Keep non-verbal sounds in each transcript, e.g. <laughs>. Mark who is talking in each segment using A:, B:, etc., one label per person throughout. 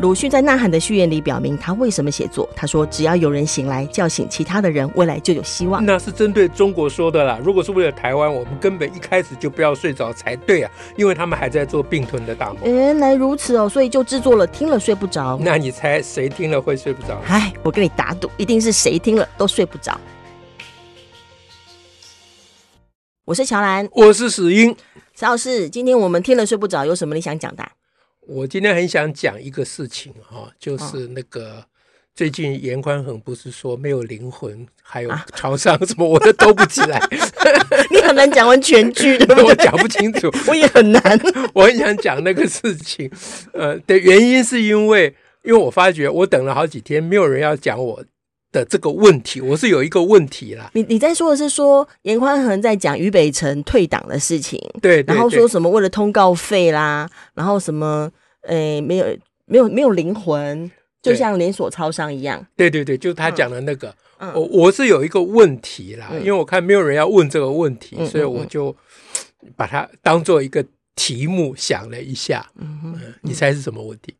A: 鲁迅在《呐喊》的序言里表明他为什么写作。他说：“只要有人醒来，叫醒其他的人，未来就有希望。”
B: 那是针对中国说的啦。如果是为了台湾，我们根本一开始就不要睡着才对啊，因为他们还在做并吞的大梦。
A: 原来如此哦，所以就制作了《听了睡不着》。
B: 那你猜谁听了会睡不着？
A: 哎，我跟你打赌，一定是谁听了都睡不着。我是乔兰，
B: 我是史英。
A: 邵老师，今天我们听了睡不着，有什么你想讲的啊？ <laughs>
B: 我今天很想讲一个事情哈、就是那个、最近严宽恒不是说没有灵魂，还有超商什么，我都兜不起来，
A: 你很难讲完全剧，对不
B: 我
A: 对？
B: 讲不清楚。
A: <laughs> 我也很难。
B: 我很想讲那个事情，呃，的原因是因为，因为我发觉我等了好几天，没有人要讲我的这个问题，我是有一个问题啦。
A: <laughs> 你你在说的是说严宽恒在讲俞北辰退党的事情，
B: 对对
A: 然后
B: 对
A: 说什么为了通告费啦，然后什么诶、没有没有没有灵魂，就
B: 对
A: 像连锁超商一样。
B: 对对对，就他讲的那个，
A: 嗯
B: 我我是有一个问题啦，
A: 嗯
B: 因为我看没有人要问这个问题，
A: 嗯
B: 所以
A: 嗯
B: 我
A: 嗯
B: 就把它当做一个题目想了一下。
A: 嗯哼
B: 嗯，你猜是什么问题？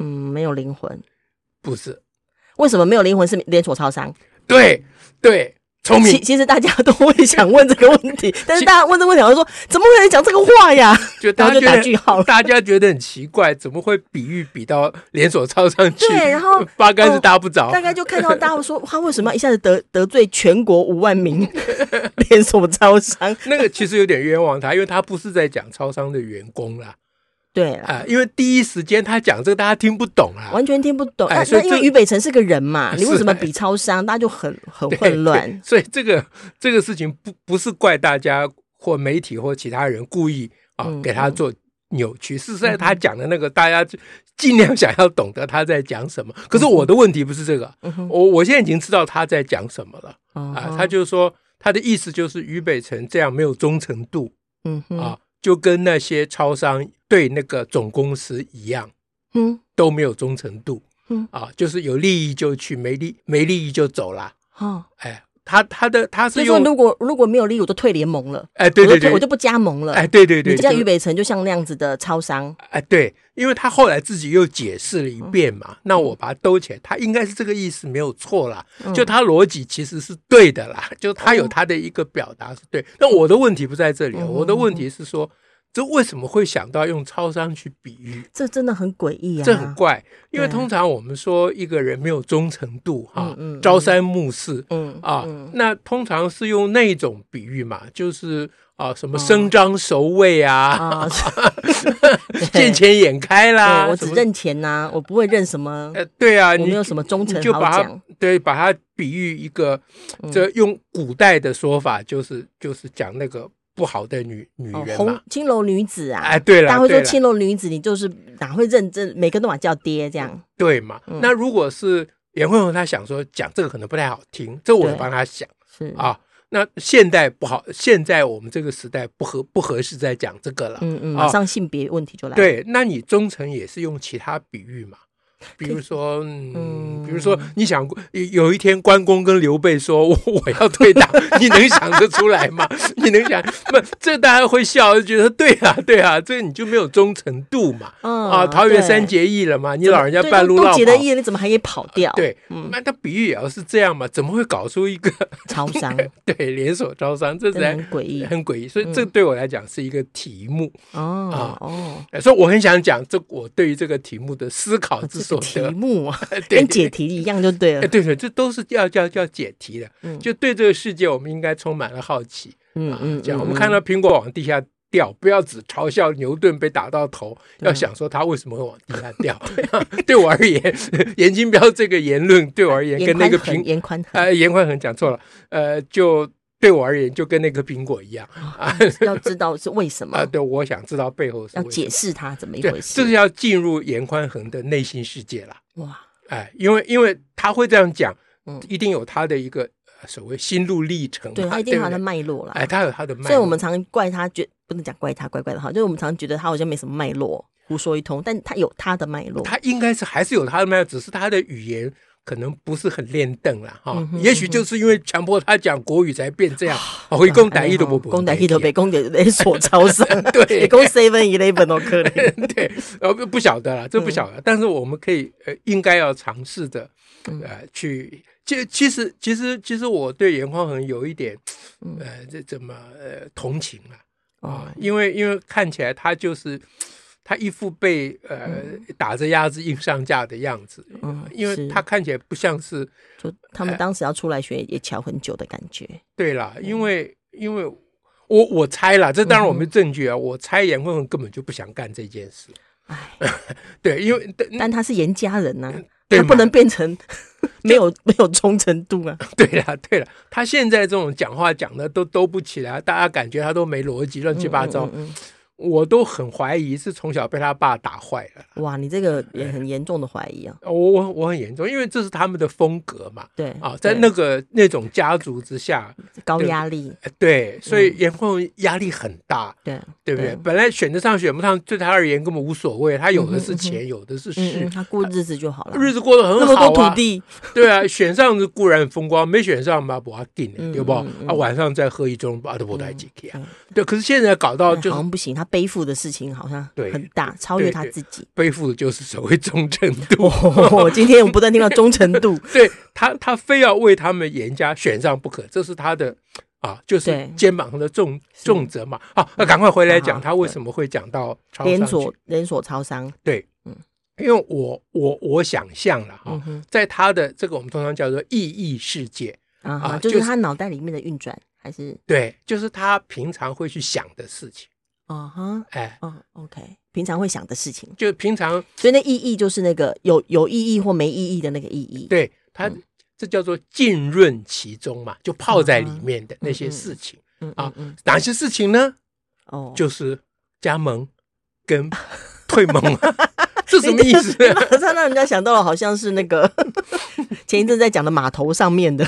A: 嗯，没有灵魂，
B: 不是，
A: 为什么没有灵魂是连锁超商？
B: 对对，聪
A: 其
B: 明，
A: 其实大家都会想问这个问
B: <laughs>
A: 题，但是大家问这个问题，好像说怎么会有人讲这个话呀？
B: 就
A: 然
B: 大
A: 后就
B: 家觉
A: 打
B: 得
A: 句号了。
B: 大家觉得很奇怪，怎么会比喻比到连锁超商去？
A: 对然后
B: <laughs>
A: 哦
B: 八竿子搭不着。
A: 大概就看到大家说，他为什么要一下子得得罪全国五万
B: <laughs>
A: 名连锁超商？
B: 那个其实有点冤枉他，因为他不是在讲超商的员
A: <laughs>
B: 工啦，
A: 对啦，
B: 啊、因为第一时间他讲这个大家听不懂啦。
A: 完全听不懂。
B: 哎
A: 那
B: 所
A: 那
B: 以
A: 因
B: 这哎
A: 为俞北辰是个人嘛，
B: 是
A: 你为什么比超商，大家就很很混
B: <laughs>
A: 乱。
B: 所以这个这个事情不不是怪大家或媒体或其他人故意啊、
A: 嗯
B: 给他做扭曲，是在他讲的那个大家就尽量想要懂得他在讲什么。可是我的问题不是这个，
A: 嗯哼
B: 我我现在已经知道他在讲什么了啊、
A: 哦
B: 他就说他的意思就是俞北辰这样没有忠诚度
A: 嗯哼
B: 啊、就跟那些超商对那个总公司一样。
A: 嗯
B: 都没有忠诚度，
A: 嗯
B: 啊，就是有利益就去，没利没利益就走啦。
A: 哦，
B: 哎，他他的他
A: 所
B: 是
A: 以说
B: 用
A: 如果如果没有利益，我就退联盟了，
B: 哎，对
A: 我
B: 对
A: 就退
B: 对，
A: 我就不加盟了。
B: 哎，对对
A: 你
B: 对，
A: 就像
B: 就
A: 俞北辰就像那样子的超商，
B: 哎对，因为他后来自己又解释了一遍嘛，
A: 嗯
B: 那我把它兜起来，他应该是这个意思没有错啦，
A: 嗯
B: 就他逻辑其实是对的
A: 哦
B: 啦，就他有他的一个表达是对。那我的问题不在这里哦，
A: 嗯
B: 我的问题是说，这为什么会想到用超商去比喻？
A: 这真的很诡异啊！
B: 这很怪，因为
A: 对啊
B: 通常我们说一个人没有忠诚度哈
A: 嗯嗯，嗯
B: 朝三暮四
A: 嗯
B: 啊
A: 嗯，
B: 那通常是用那种比喻嘛，就是啊什么伸张熟位啊，
A: 哦
B: <laughs>
A: 啊， <laughs>
B: 见钱眼开啦，
A: 对我
B: 啊什
A: 只
B: 么
A: 认钱呐，我不会认什么，
B: 呃对啊，
A: 我
B: 你
A: 没有什么忠诚
B: 你就
A: 好哦
B: 把它
A: 讲嗯
B: 对把它比喻一个，这用古代的说法就是就是讲那个不好的女女
A: 哦
B: 人
A: 红
B: 嘛，
A: 青楼女子啊，
B: 哎对
A: 大家
B: 了
A: 会
B: 对
A: 说
B: 了。
A: 青楼女子，你就是哪会认真，每个都把叫爹这样。
B: 对嘛？
A: 嗯
B: 那如果是严慧红，他想说讲这个可能不太好听，这我也
A: 对
B: 帮他想
A: 是，
B: 啊。那现代不好，现在我们这个时代不合不合适再讲这个了。
A: 嗯嗯，
B: 啊
A: 马上性别问题就来了。
B: 对，那你忠诚也是用其他比喻嘛？比如说，嗯，
A: 嗯
B: 比如说，你想有有一天关公跟刘备说我我要退党， <laughs> 你能想得出来吗？ <laughs> 你能想？不，这大家会笑，就觉得对啊，对啊，这你就没有忠诚度嘛。
A: 嗯
B: 啊，桃园
A: 对
B: 三结义了嘛，你
A: 怎么
B: 老人家
A: 对
B: 半
A: 都
B: 路
A: 都
B: 落
A: 结了
B: 跑。
A: 义了，你怎么还也跑掉？，
B: 对，
A: 嗯
B: 那他比喻也要是这样嘛，怎么会搞出一个 <laughs>
A: 超商
B: 对连锁招商？这
A: 真的
B: 才
A: 很诡异嗯
B: 很诡异。所以这对我来讲是一个题目，
A: 哦哦，
B: 呃所以我很想讲这我对于这个题目的思考之
A: 这
B: 所
A: 个题
B: 得。 <laughs>
A: 目啊，<laughs>
B: 对
A: 跟解题一样就对
B: 哎
A: 了。
B: 对对，这都是要要要解题的。
A: 嗯
B: 就对这个世界，我们应该充满了好奇。
A: 嗯嗯，
B: 啊这样，
A: 嗯
B: 我们看到苹果往地下掉，不要只嘲笑牛顿被打到头，
A: 对啊
B: 要想说他为什么会往地下掉。 <laughs> 对我而言， <laughs> 严金彪这个言论对我而言
A: 严
B: 跟那个
A: 宽
B: 苹
A: 很严嗯宽
B: <laughs>
A: 很，
B: 呃，严宽恒讲错了，呃，就对我而言就跟那个苹果一样
A: 嗯
B: 啊
A: <laughs> 要知道是为什么
B: 啊，，对，我想知道背后是
A: 要
B: 为
A: 解
B: 什
A: 释它怎么
B: 么
A: 一
B: 对，
A: 回
B: 这是
A: 事。
B: 要进入严宽恒的内心世界啦。
A: 哇，
B: 哎，因为因为他会这样讲
A: 嗯，
B: 一定有他的一个呃所谓心路历程嘛，啊
A: 对，它一定
B: 对
A: 有
B: 不
A: 它的
B: 对？
A: 脉络啦。
B: 哎，他有他的脉
A: <laughs>
B: 络，
A: 所以我们常怪他，觉不能讲怪他，怪怪的哈，就是我们常觉得他好像没什么脉络，胡说一通，但他有他的脉络。
B: 他应该是还是有他的脉络，只是他的语言可能不是很练凳啦，哈、
A: 嗯
B: 也许就是因为强迫他讲国语才变这样，
A: 啊
B: 哦回公台语都不
A: 公台语都被公的勒索超生，
B: <laughs>
A: <laughs>
B: 对
A: 公 seven eleven 都可能。
B: <laughs> 对，呃，不不晓得了，这不晓得，但是我们可以呃，应该要尝试的，呃，去。其其实其实其实我对严匡衡有一点，呃，这怎么呃同情了
A: 哦
B: 啊？因为因为看起来他就是他一副被呃打着鸭子硬上架的样子，
A: 嗯
B: 因为
A: 是
B: 他哎看起来不像是
A: 就他们当时要出来学也瞧很久的感觉。
B: 对啦，因为因为我我猜啦，这当然我没证据啊，我猜严匡衡根本就不想干这件事，
A: 哎，
B: 对，因为但
A: 但他是严家人呐、
B: 嗯对
A: 他
B: 嘛
A: 不能变成没有 <laughs> 没有忠诚度
B: <laughs>
A: 啊。
B: 对啦，对啦，他现在这种讲话讲的都兜不起来，大家感觉他都没逻辑，乱七八糟，
A: 嗯嗯
B: 我都很怀疑是从小被他爸打坏了。
A: 嗯哇，你这个也很严重的怀疑啊。
B: 我我我很严重，因为这是他们的风格嘛。
A: 对
B: 啊，在
A: 对
B: 那个那种家族之下，
A: 高压力，
B: 呃对，所以严控压力很大，
A: 嗯对
B: 对不对？本来选得上选不上，对他而言根本无所谓，他有的是钱，有的是
A: 嗯
B: 势
A: 嗯，，他过日子就好了。
B: 日子过得
A: 那
B: 很
A: 么
B: 好
A: 多
B: 啊
A: 土。地，
B: 对啊，选上是固然风光，没选上嘛不要紧的，对不？
A: 嗯
B: 啊，晚上再喝一盅，把都不带几天
A: 嗯
B: 啊。对，可是现在搞到
A: 哎
B: 哦就
A: 好
B: 是
A: 像不行，他背负的事情好像
B: 对
A: 很大，超越他
B: 对
A: 自己。
B: 背负的就是所谓忠诚
A: <laughs>
B: 度。 <laughs>
A: 哦，今天我们不断听到忠诚度，
B: 对他，他非要为他们严家选上不可，这是他的啊，就是
A: 对
B: 肩膀上的重重责嘛。好，那赶快回来讲
A: 好
B: 他为什么会讲到超商哦
A: 连
B: 去
A: 锁连锁超商，
B: 对，
A: 嗯
B: 因为我我我想象了哈
A: 嗯，哼
B: 在他的这个我们通常叫做意义世界，
A: 啊
B: 啊
A: 哈，就
B: 就是是
A: 他脑袋里面的运转还是
B: 对，就是他平常会去想的事情，
A: 啊哈
B: 哎，
A: 哦 OK，平常会想的事情，
B: 就平常
A: 所以那意义就是那个有有意义或没意义的那个意义。
B: 对他。
A: 嗯
B: 这叫做浸润其中嘛，就泡在里面的那些事情，
A: 啊嗯，
B: 啊
A: 嗯嗯
B: 哪些事情呢？
A: 哦， <laughs>
B: 就是加盟跟退盟啊，这什么意
A: <laughs>
B: 思？
A: 马上让人家想到了，好像是那
B: <laughs>
A: 个前一阵在讲的码头上面的，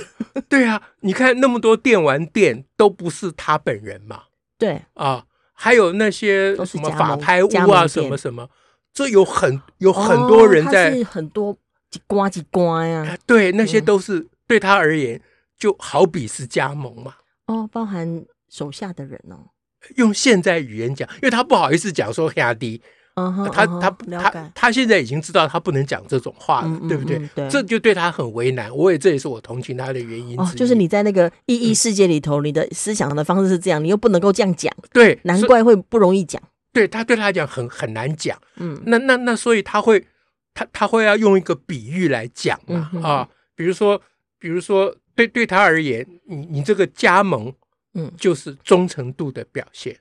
B: 对啊，你看那么多电玩店都不是他本人嘛，
A: 对，
B: 啊，还有那些
A: 都是
B: 什么
A: 加
B: 法
A: 盟
B: 拍
A: 加
B: 屋
A: 盟
B: 啊，
A: 店
B: 什么什么，这有很有 <laughs> 很多人
A: 哦
B: 在
A: 他、是嗯很多几瓜几瓜呀，
B: 啊对那些都是、对他而言就好比是加盟嘛。
A: 哦，包含手下的人哦，
B: 用现在语言讲，因为他不好意思讲说亚迪，
A: 嗯哼，
B: 他
A: 嗯哼
B: 他
A: 了
B: 他
A: 解
B: 他现在已经知道他不能讲这种话了，
A: 嗯嗯
B: 对不对？
A: 嗯对
B: 这就对他很为难。我也这也是我同情他的原因
A: 哦
B: 之，一
A: 就是你在那个意义世界里头，你的思想的方式是这样，你又不能够这样讲，
B: 对，
A: 难
B: 所以
A: 怪会不容易讲。
B: 对他对他来讲很很难讲。
A: 嗯
B: 那那那，所以他会他他会要用一个比喻来讲嘛、
A: 嗯哼
B: 啊，比如说比如说对对他而言，你你这个加盟
A: 嗯
B: 就是忠诚度的表现。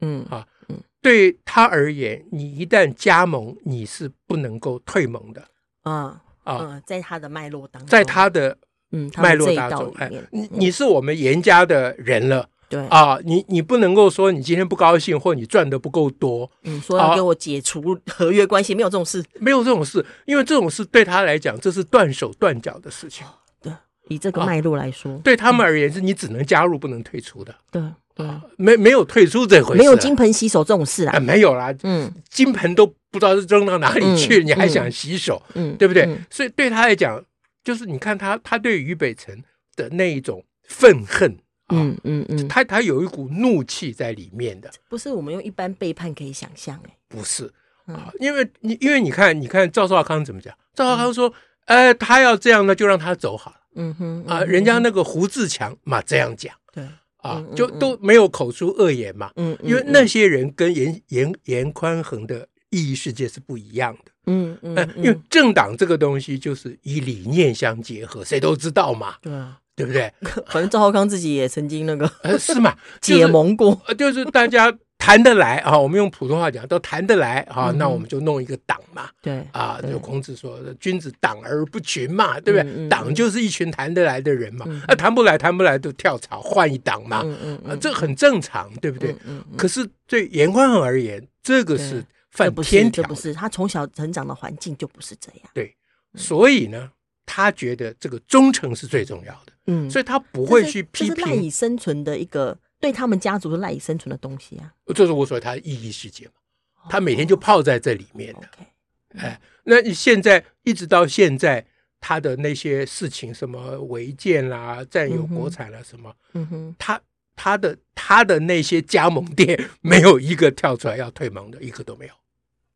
A: 嗯
B: 啊对他而言，你一旦加盟，你是不能够退盟的
A: 啊
B: 啊，
A: 嗯，在他的脉络当中，
B: 在他的
A: 嗯他们
B: 脉络
A: 这一
B: 当
A: 道
B: 中，
A: 里
B: 哎
A: 面，，嗯
B: 你你是我们严家的人了
A: 对
B: 啊，你你不能够说你今天不高兴或你赚的不够多，
A: 嗯，说要
B: 啊
A: 给我解除合约关系，没有这种事。
B: 没有这种事，因为这种事对他来讲，这是断手断脚的事情。
A: 对，以这个
B: 啊
A: 脉络来说，
B: 对他们而言，是你只能加入，不能退出的，啊
A: 对对，
B: 没没有退出这回事啊，
A: 没有金盆洗手这种事
B: 啊，
A: 啦。
B: 没有啦，
A: 嗯
B: 金盆都不知道是扔到哪里去，
A: 嗯
B: 你还想洗手，
A: 嗯，
B: 对不对？
A: 嗯
B: 所以对他来讲，就是你看他他对于北辰的那一种愤恨啊，
A: 嗯嗯嗯，
B: 他他有一股怒气在里面的，
A: 不是我们用一般背叛可以想象哎。
B: 不是
A: 嗯
B: 啊，因为你因为你看你看赵少康怎么讲，赵少康说，呃，他要这样呢，就让他走好了
A: 嗯哼
B: 啊，
A: 嗯哼
B: 人家那个胡志强嘛这样讲
A: 对，
B: 啊
A: 嗯嗯，
B: 就
A: 嗯
B: 都没有口出恶言嘛，
A: 嗯，
B: 因为
A: 嗯
B: 那些人跟严严严宽恒的意义世界是不一样的。
A: 嗯嗯
B: 嗯，
A: 嗯，
B: 因为政党这个东西就是以理念相结合，谁都知道嘛，
A: 对啊，
B: 对不
A: <laughs>
B: 对？
A: 反正赵浩康自己也曾经那个
B: 呃，是嘛？ <laughs> 就是
A: 解，盟过，
B: 呃就是大家谈得来啊，我们用普通话讲，都谈得来啊，
A: 嗯
B: 那我们就弄一个党嘛。
A: 对
B: 啊，
A: 对
B: 就孔子说的“君子党而不群”嘛，对不
A: 嗯嗯
B: 对？党就是一群谈得来的人嘛，啊，谈不来谈不来就跳槽换一党嘛，
A: 嗯嗯
B: 啊，这很正常，对不对？
A: 嗯嗯，
B: 可是对严宽恒而言，这个是
A: 对这
B: 犯
A: 不是
B: 天
A: 这
B: 条
A: 不是嗯他从小成长的环境就不是这样，
B: 对，所以呢，他觉得这个忠诚是最重要的，
A: 嗯，
B: 所以他不
A: 不
B: 会去批
A: 这是赖以
B: 评，
A: 生存的一个对他们家族是赖以生存的东西啊。
B: 这是我所谓他的意义世界嘛，
A: 哦
B: 他每天就泡在这里面的。
A: OK，
B: 哎，那你现在一直到现在，他的那些事情，什么违建啦、占有国产啦、什么，
A: 嗯哼，
B: 他他的他的那些加盟店没有一个跳出来要退盟的，一个都没有，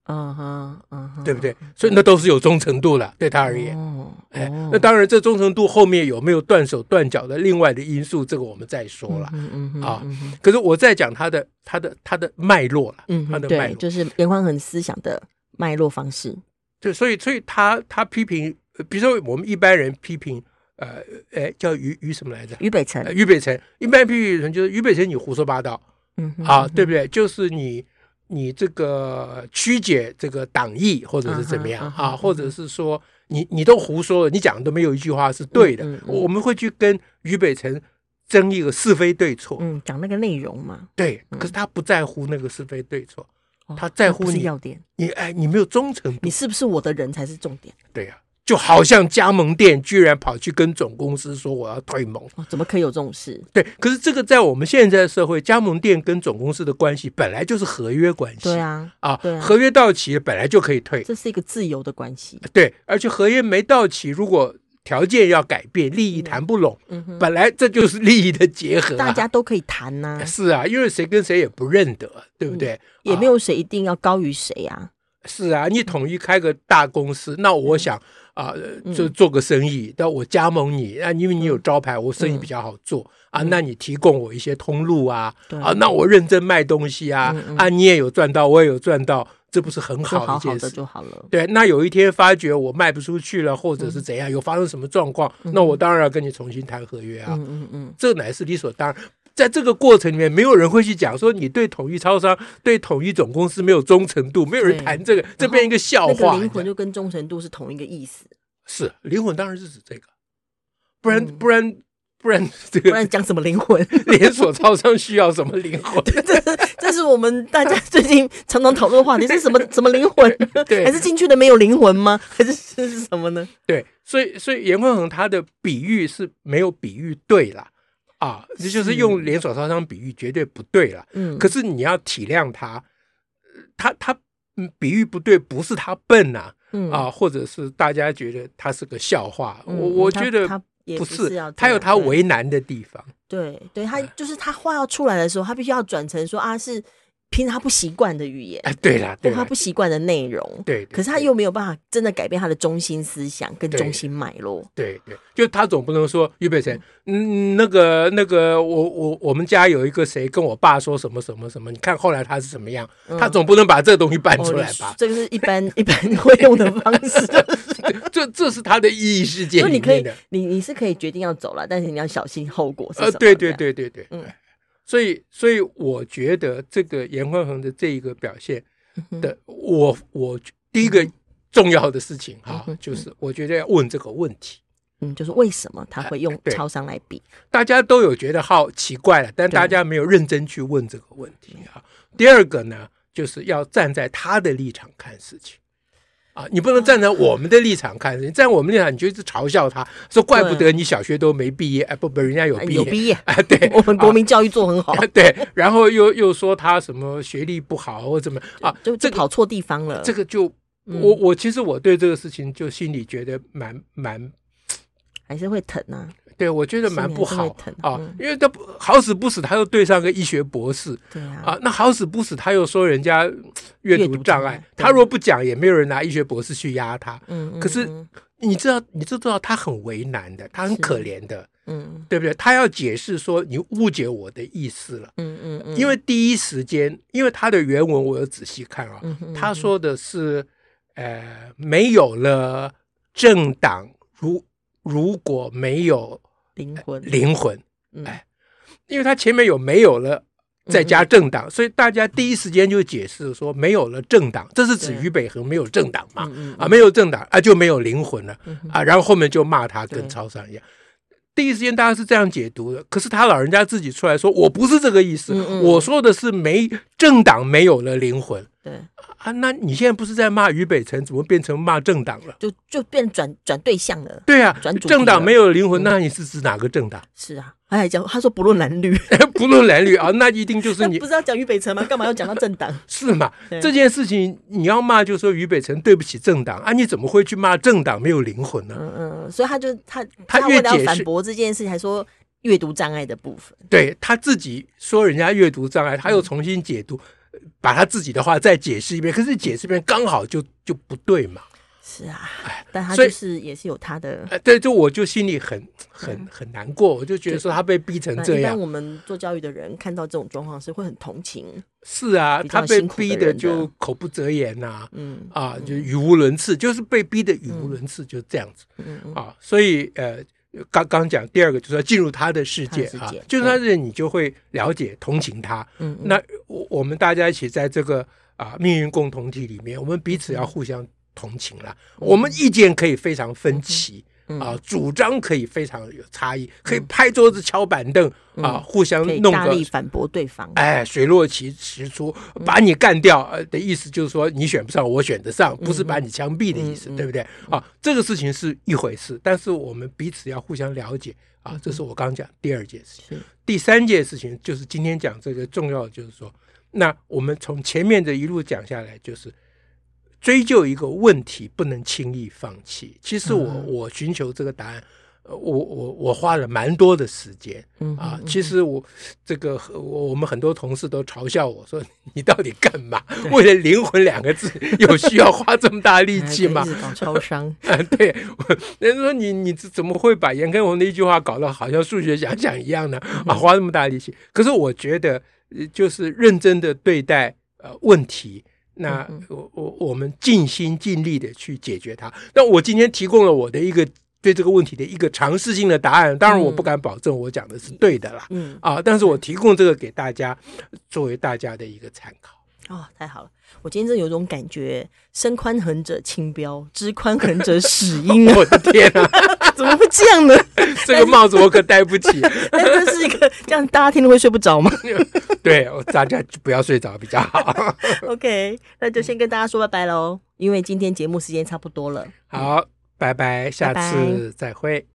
A: 嗯哼，嗯哼，
B: 对不对？所以那都是有忠诚度了，对他而言。
A: 哦，
B: 哎
A: 哦，
B: 那当然，这忠诚度后面有没有断手断脚的另外的因素，这个我们再说了。
A: 嗯嗯哼
B: 啊
A: 嗯哼
B: 可是我在讲他的他的他的脉络了，
A: 嗯
B: 他
A: 哼，
B: 的脉
A: 对，
B: 络。
A: 就是严宽恒思想的脉络方式。
B: 对，所以所以他他批评，呃比如说我们一般人批评，呃，哎，叫于于什么来着？
A: 俞北辰
B: 呃，俞北辰，一般批评人就是俞北辰，你胡说八道
A: 嗯哼嗯
B: 啊，
A: 哼
B: 对不对？就是你你这个曲解这个党意，或者是怎么样
A: 嗯哼嗯哼
B: 啊，或者是说你你都胡说了，你讲的没有一句话是对的
A: 嗯嗯。嗯
B: 我们会去跟俞北辰争一个是非对错，
A: 嗯，讲那个内容嘛，
B: 对，可是他不在乎那个是非对错，
A: 哦
B: 他在乎
A: 那不是
B: 你
A: 要点，
B: 你哎，你没有忠诚度
A: 你，是不是我的人才是重点
B: 对呀、就好像加盟店居然跑去跟总公司说我要退盟，
A: 哦？怎么可以有这种事？
B: 对，可是这个在我们现在的社会，加盟店跟总公司的关系本来就是合约关系，
A: 对啊，
B: 啊，
A: 对啊
B: 合约到期本来就可以退，
A: 这是一个自由的关系。
B: 对，而且合约没到期，如果条件要改变，利益谈不拢，
A: 嗯哼，
B: 本来这就是利益的结合、啊，
A: 大家都可以谈呐、
B: 是啊，因为谁跟谁也不认得，对不对？
A: 也没
B: 有、
A: 有谁一定要高于谁啊。
B: 是啊，你统一开个大公司，那
A: 嗯
B: 我想。啊，呃就做个生意，但我加盟你，那、因为你有招牌，
A: 嗯
B: 我生意比较好做、啊。那你提供我一些通路啊，
A: 对
B: 啊，那我认真卖东西啊，
A: 嗯嗯嗯
B: 啊，你也有赚到，我也有赚到，这不是很
A: 就
B: 好的
A: 好好
B: 一件
A: 的
B: 事？
A: 就好了。
B: 对，那有一天发觉我卖不出去了，或者是怎样，
A: 嗯
B: 有发生什么状况，那我当然要跟你重新谈合约啊，
A: 嗯嗯嗯，
B: 这乃是理所当然。在这个过程里面，没有人会去讲说你对统一超商、对统一总公司没有忠诚度，没有人
A: 对
B: 谈这个，这变一个笑
A: 那
B: 话。
A: 个灵魂就跟忠诚度是同一个意思，
B: 是灵魂，当然是指这个，不然、
A: 嗯
B: 不然不然这
A: 不
B: 个
A: 然讲什么灵魂？
B: <laughs> 连锁超商需要什么灵
A: <laughs>
B: 魂？
A: 这是我们大家最近常常讨论的话题，是什 <laughs> 么什么灵魂？
B: 对
A: 还是进去的没有灵魂吗？还是是是什么呢？
B: 对，所以所以严宽恒他的比喻是没有比喻对啦，啊，这就是用连锁超商比喻绝对不对啦。
A: 嗯，
B: 可是你要体谅他，呃他他嗯比喻不对，不是他笨呐、
A: 嗯
B: 啊，或者是大家觉得他是个笑话，
A: 嗯
B: 我我
A: 他
B: 觉得
A: 他也
B: 不
A: 不
B: 是，
A: 是要这
B: 他有
A: 样
B: 他
A: 对
B: 为哎难的地方。
A: 对对，他就是他话要出来的时候，他必须要转成说啊，是平常他不习惯的语言，
B: 哎，对啦，
A: 或
B: 对
A: 哦他
B: 啦，
A: 不习惯的内容。
B: 对，对
A: 可是他
B: 对
A: 又没有办法真的改变他的中心思想跟
B: 对
A: 中心脉络。
B: 对对，就他总不能说俞北辰，嗯，那个那个，我我我们家有一个谁跟我爸说什么什么什么，你看后来他是什么样，他总不能把这东西搬出来
A: 嗯哦
B: 吧？
A: 这个是一般一般会用的方
B: <laughs>
A: 式，
B: 这这是他的意义世界
A: 就
B: 里
A: 你可
B: 面
A: 以
B: 的，，
A: 你你是可以决定要走了，但是你要小心后果是什
B: 呃
A: 么。，
B: 对对
A: 这样，
B: 对对对，
A: 嗯
B: 所以所以我觉得这个严宽恒的这一个表现
A: 嗯
B: 的，我我第一个重要的事情哈、就是我觉得要问这个问题。
A: 嗯，就是为什么他会用
B: 啊对
A: 超商来比？
B: 大家都有觉得好奇怪了，但
A: 对
B: 大家没有认真去问这个问题啊。第二个呢，就是要站在他的立场看事情。啊，你不能站在我们的立场看，
A: 啊
B: 你站我们立场，你就一直嘲笑他，说怪不得你小学都没毕业，哎，不不，人家有
A: 哎
B: 毕
A: 有
B: <laughs> 业，
A: 毕业，
B: 哎，对，
A: 我们国民教育做很
B: <laughs>
A: 好，
B: 啊对，然后又又说他什么学历不好或怎么啊，
A: 就就
B: 这个
A: 跑错地方了。
B: 这个就
A: 嗯
B: 我我其实我对这个事情就心里觉得蛮蛮
A: 还是会疼啊。
B: 对，我觉得蛮不
A: 心
B: 好
A: 里还是会疼
B: 啊
A: 嗯，
B: 因为他不好死不死，他又对上个医学博士
A: 对啊，
B: 啊，那好死不死，他又说人家嗯阅
A: 阅
B: 读
A: 读
B: 障
A: 障
B: 碍
A: 碍，
B: 他若不讲，也没有人拿医学博士去压他。
A: 嗯，嗯
B: 可是
A: 嗯
B: 你知道，你知道他很为难的，他很
A: 是
B: 可怜的，
A: 嗯
B: 对不对？他要解释说你误解我的意思了，
A: 嗯嗯嗯，
B: 因为第一时间，因为他的原文我有仔细看啊，
A: 嗯哼
B: 他说的是，呃，没有了政党，如如果没有
A: 灵魂，
B: 灵魂，
A: 嗯
B: 哎因为他前面有没有了，再加政党，所以大家第一时间就解释说没有了政党，这是指
A: 对
B: 俞北恒没有政党嘛？
A: 嗯嗯
B: 啊，没有政党啊就没有灵魂了
A: 嗯哼
B: 啊，然后后面就骂他
A: 对
B: 跟超商一样。第一时间大家是这样解读的，可是他老人家自己出来说，我不是这个意思
A: 嗯，嗯
B: 我说的是没政党没有了灵魂
A: 嗯对，
B: 啊，那你现在不是在骂俞北辰，怎么变成骂政党了？
A: 就就变转转对象了。
B: 对啊
A: 转，主题
B: 政党
A: 了嗯
B: 没有灵魂，那你是指哪个政党？ <laughs>
A: 是啊，他还讲他说不论男女，
B: 不论蓝绿啊，那一定就是
A: 那
B: 你
A: <laughs> 不是要讲俞北辰吗？干嘛要讲到政党？
B: 是嘛？
A: 对
B: <laughs> 这件事情你要骂，就说俞北辰对不起政党啊，你怎么会去骂政党没有灵魂呢？
A: 嗯嗯，所以他就他
B: 他
A: 为
B: 越
A: 了要
B: 解
A: 反
B: 释
A: 驳这件事，还说阅读障碍的部分。
B: 对他自己说人家阅读障碍，他又重新解读，呃把他自己的话再解释一遍，可是解释一遍刚好就就不对嘛。
A: 是啊， <laughs> 但他
B: 哎所以
A: 就是也是有他的。
B: 呃，对，就我就心里很很很难过，我就觉得说他被逼成
A: 那
B: 这
A: 嗯一般
B: 样。
A: 我们做教育的人看到这种状况是会很同情，
B: 是啊，
A: 比较
B: 他被
A: 辛苦的
B: 逼
A: 人
B: 的
A: 的
B: 就口不择言呐、
A: 嗯
B: 啊，就语无伦次，就是被逼的语无伦次，就这样子。
A: 嗯嗯，
B: 啊，所以呃，刚刚讲第二个就是要进入他的世界
A: 他的世
B: 啊
A: 界，
B: 进入他的世界，你就会了解同情他。
A: 嗯嗯
B: 那我我们大家一起在这个啊命运共同体里面，我们彼
A: 嗯
B: 此要互相同情啦。我们意见可以非常分
A: 嗯
B: 歧。啊，主张可以非常有差异，可以拍桌子、敲板凳啊，互相
A: 嗯可以
B: 弄
A: 大
B: 个
A: 力反驳对方。
B: 哎，水落石石出，把你干掉，呃的意思就是说你选不上，我选得上，不是把你枪毙的意思，对不对？啊，这个事情是一回事，但是我们彼此要互相了解啊，这是我刚讲第二件事情。
A: 是，
B: 第三件事情就是今天讲这个重要，就是说，那我们从前面的一路讲下来，就是追究一个问题不能轻易放弃。其实我我寻求这个答案，呃我我我花了蛮多的时间
A: 嗯
B: 啊。其实我这个和我我们很多同事都嘲笑我说，你到底干嘛？为了“灵魂”两个字，有需要花这么大力气吗
A: 哎？一直搞超
B: <laughs>
A: 商，
B: 啊，对，我人家说你你怎怎么会把严根红的一句话搞得好像数学想想一样呢？
A: 嗯
B: 啊，花那么大力气。可是我觉得，呃就是认真的对待呃问题，那
A: 嗯
B: 我我我们尽心尽力的去解决它。那我今天提供了我的一个对这个问题的一个尝试性的答案，当然我不敢保证我讲的是对的啦，
A: 嗯，
B: 啊，但是我提供这个给大家，作为大家的一个参考。
A: 哦，太好了！我今天真的有种感觉，身宽横者轻标，知宽横者始阴啊！
B: <laughs> 我的天啊，
A: 怎么会这样呢？ <laughs>
B: 这个帽子我可戴不起。
A: 哎，这是一个这样，大家听了会睡不着吗 <laughs>
B: 对，大家就不要睡着比较好。
A: ？OK，那就先跟大家说拜拜喽，因为今天节目时间差不多了。
B: 好，拜拜，
A: 拜
B: 下
A: 拜
B: 次再会。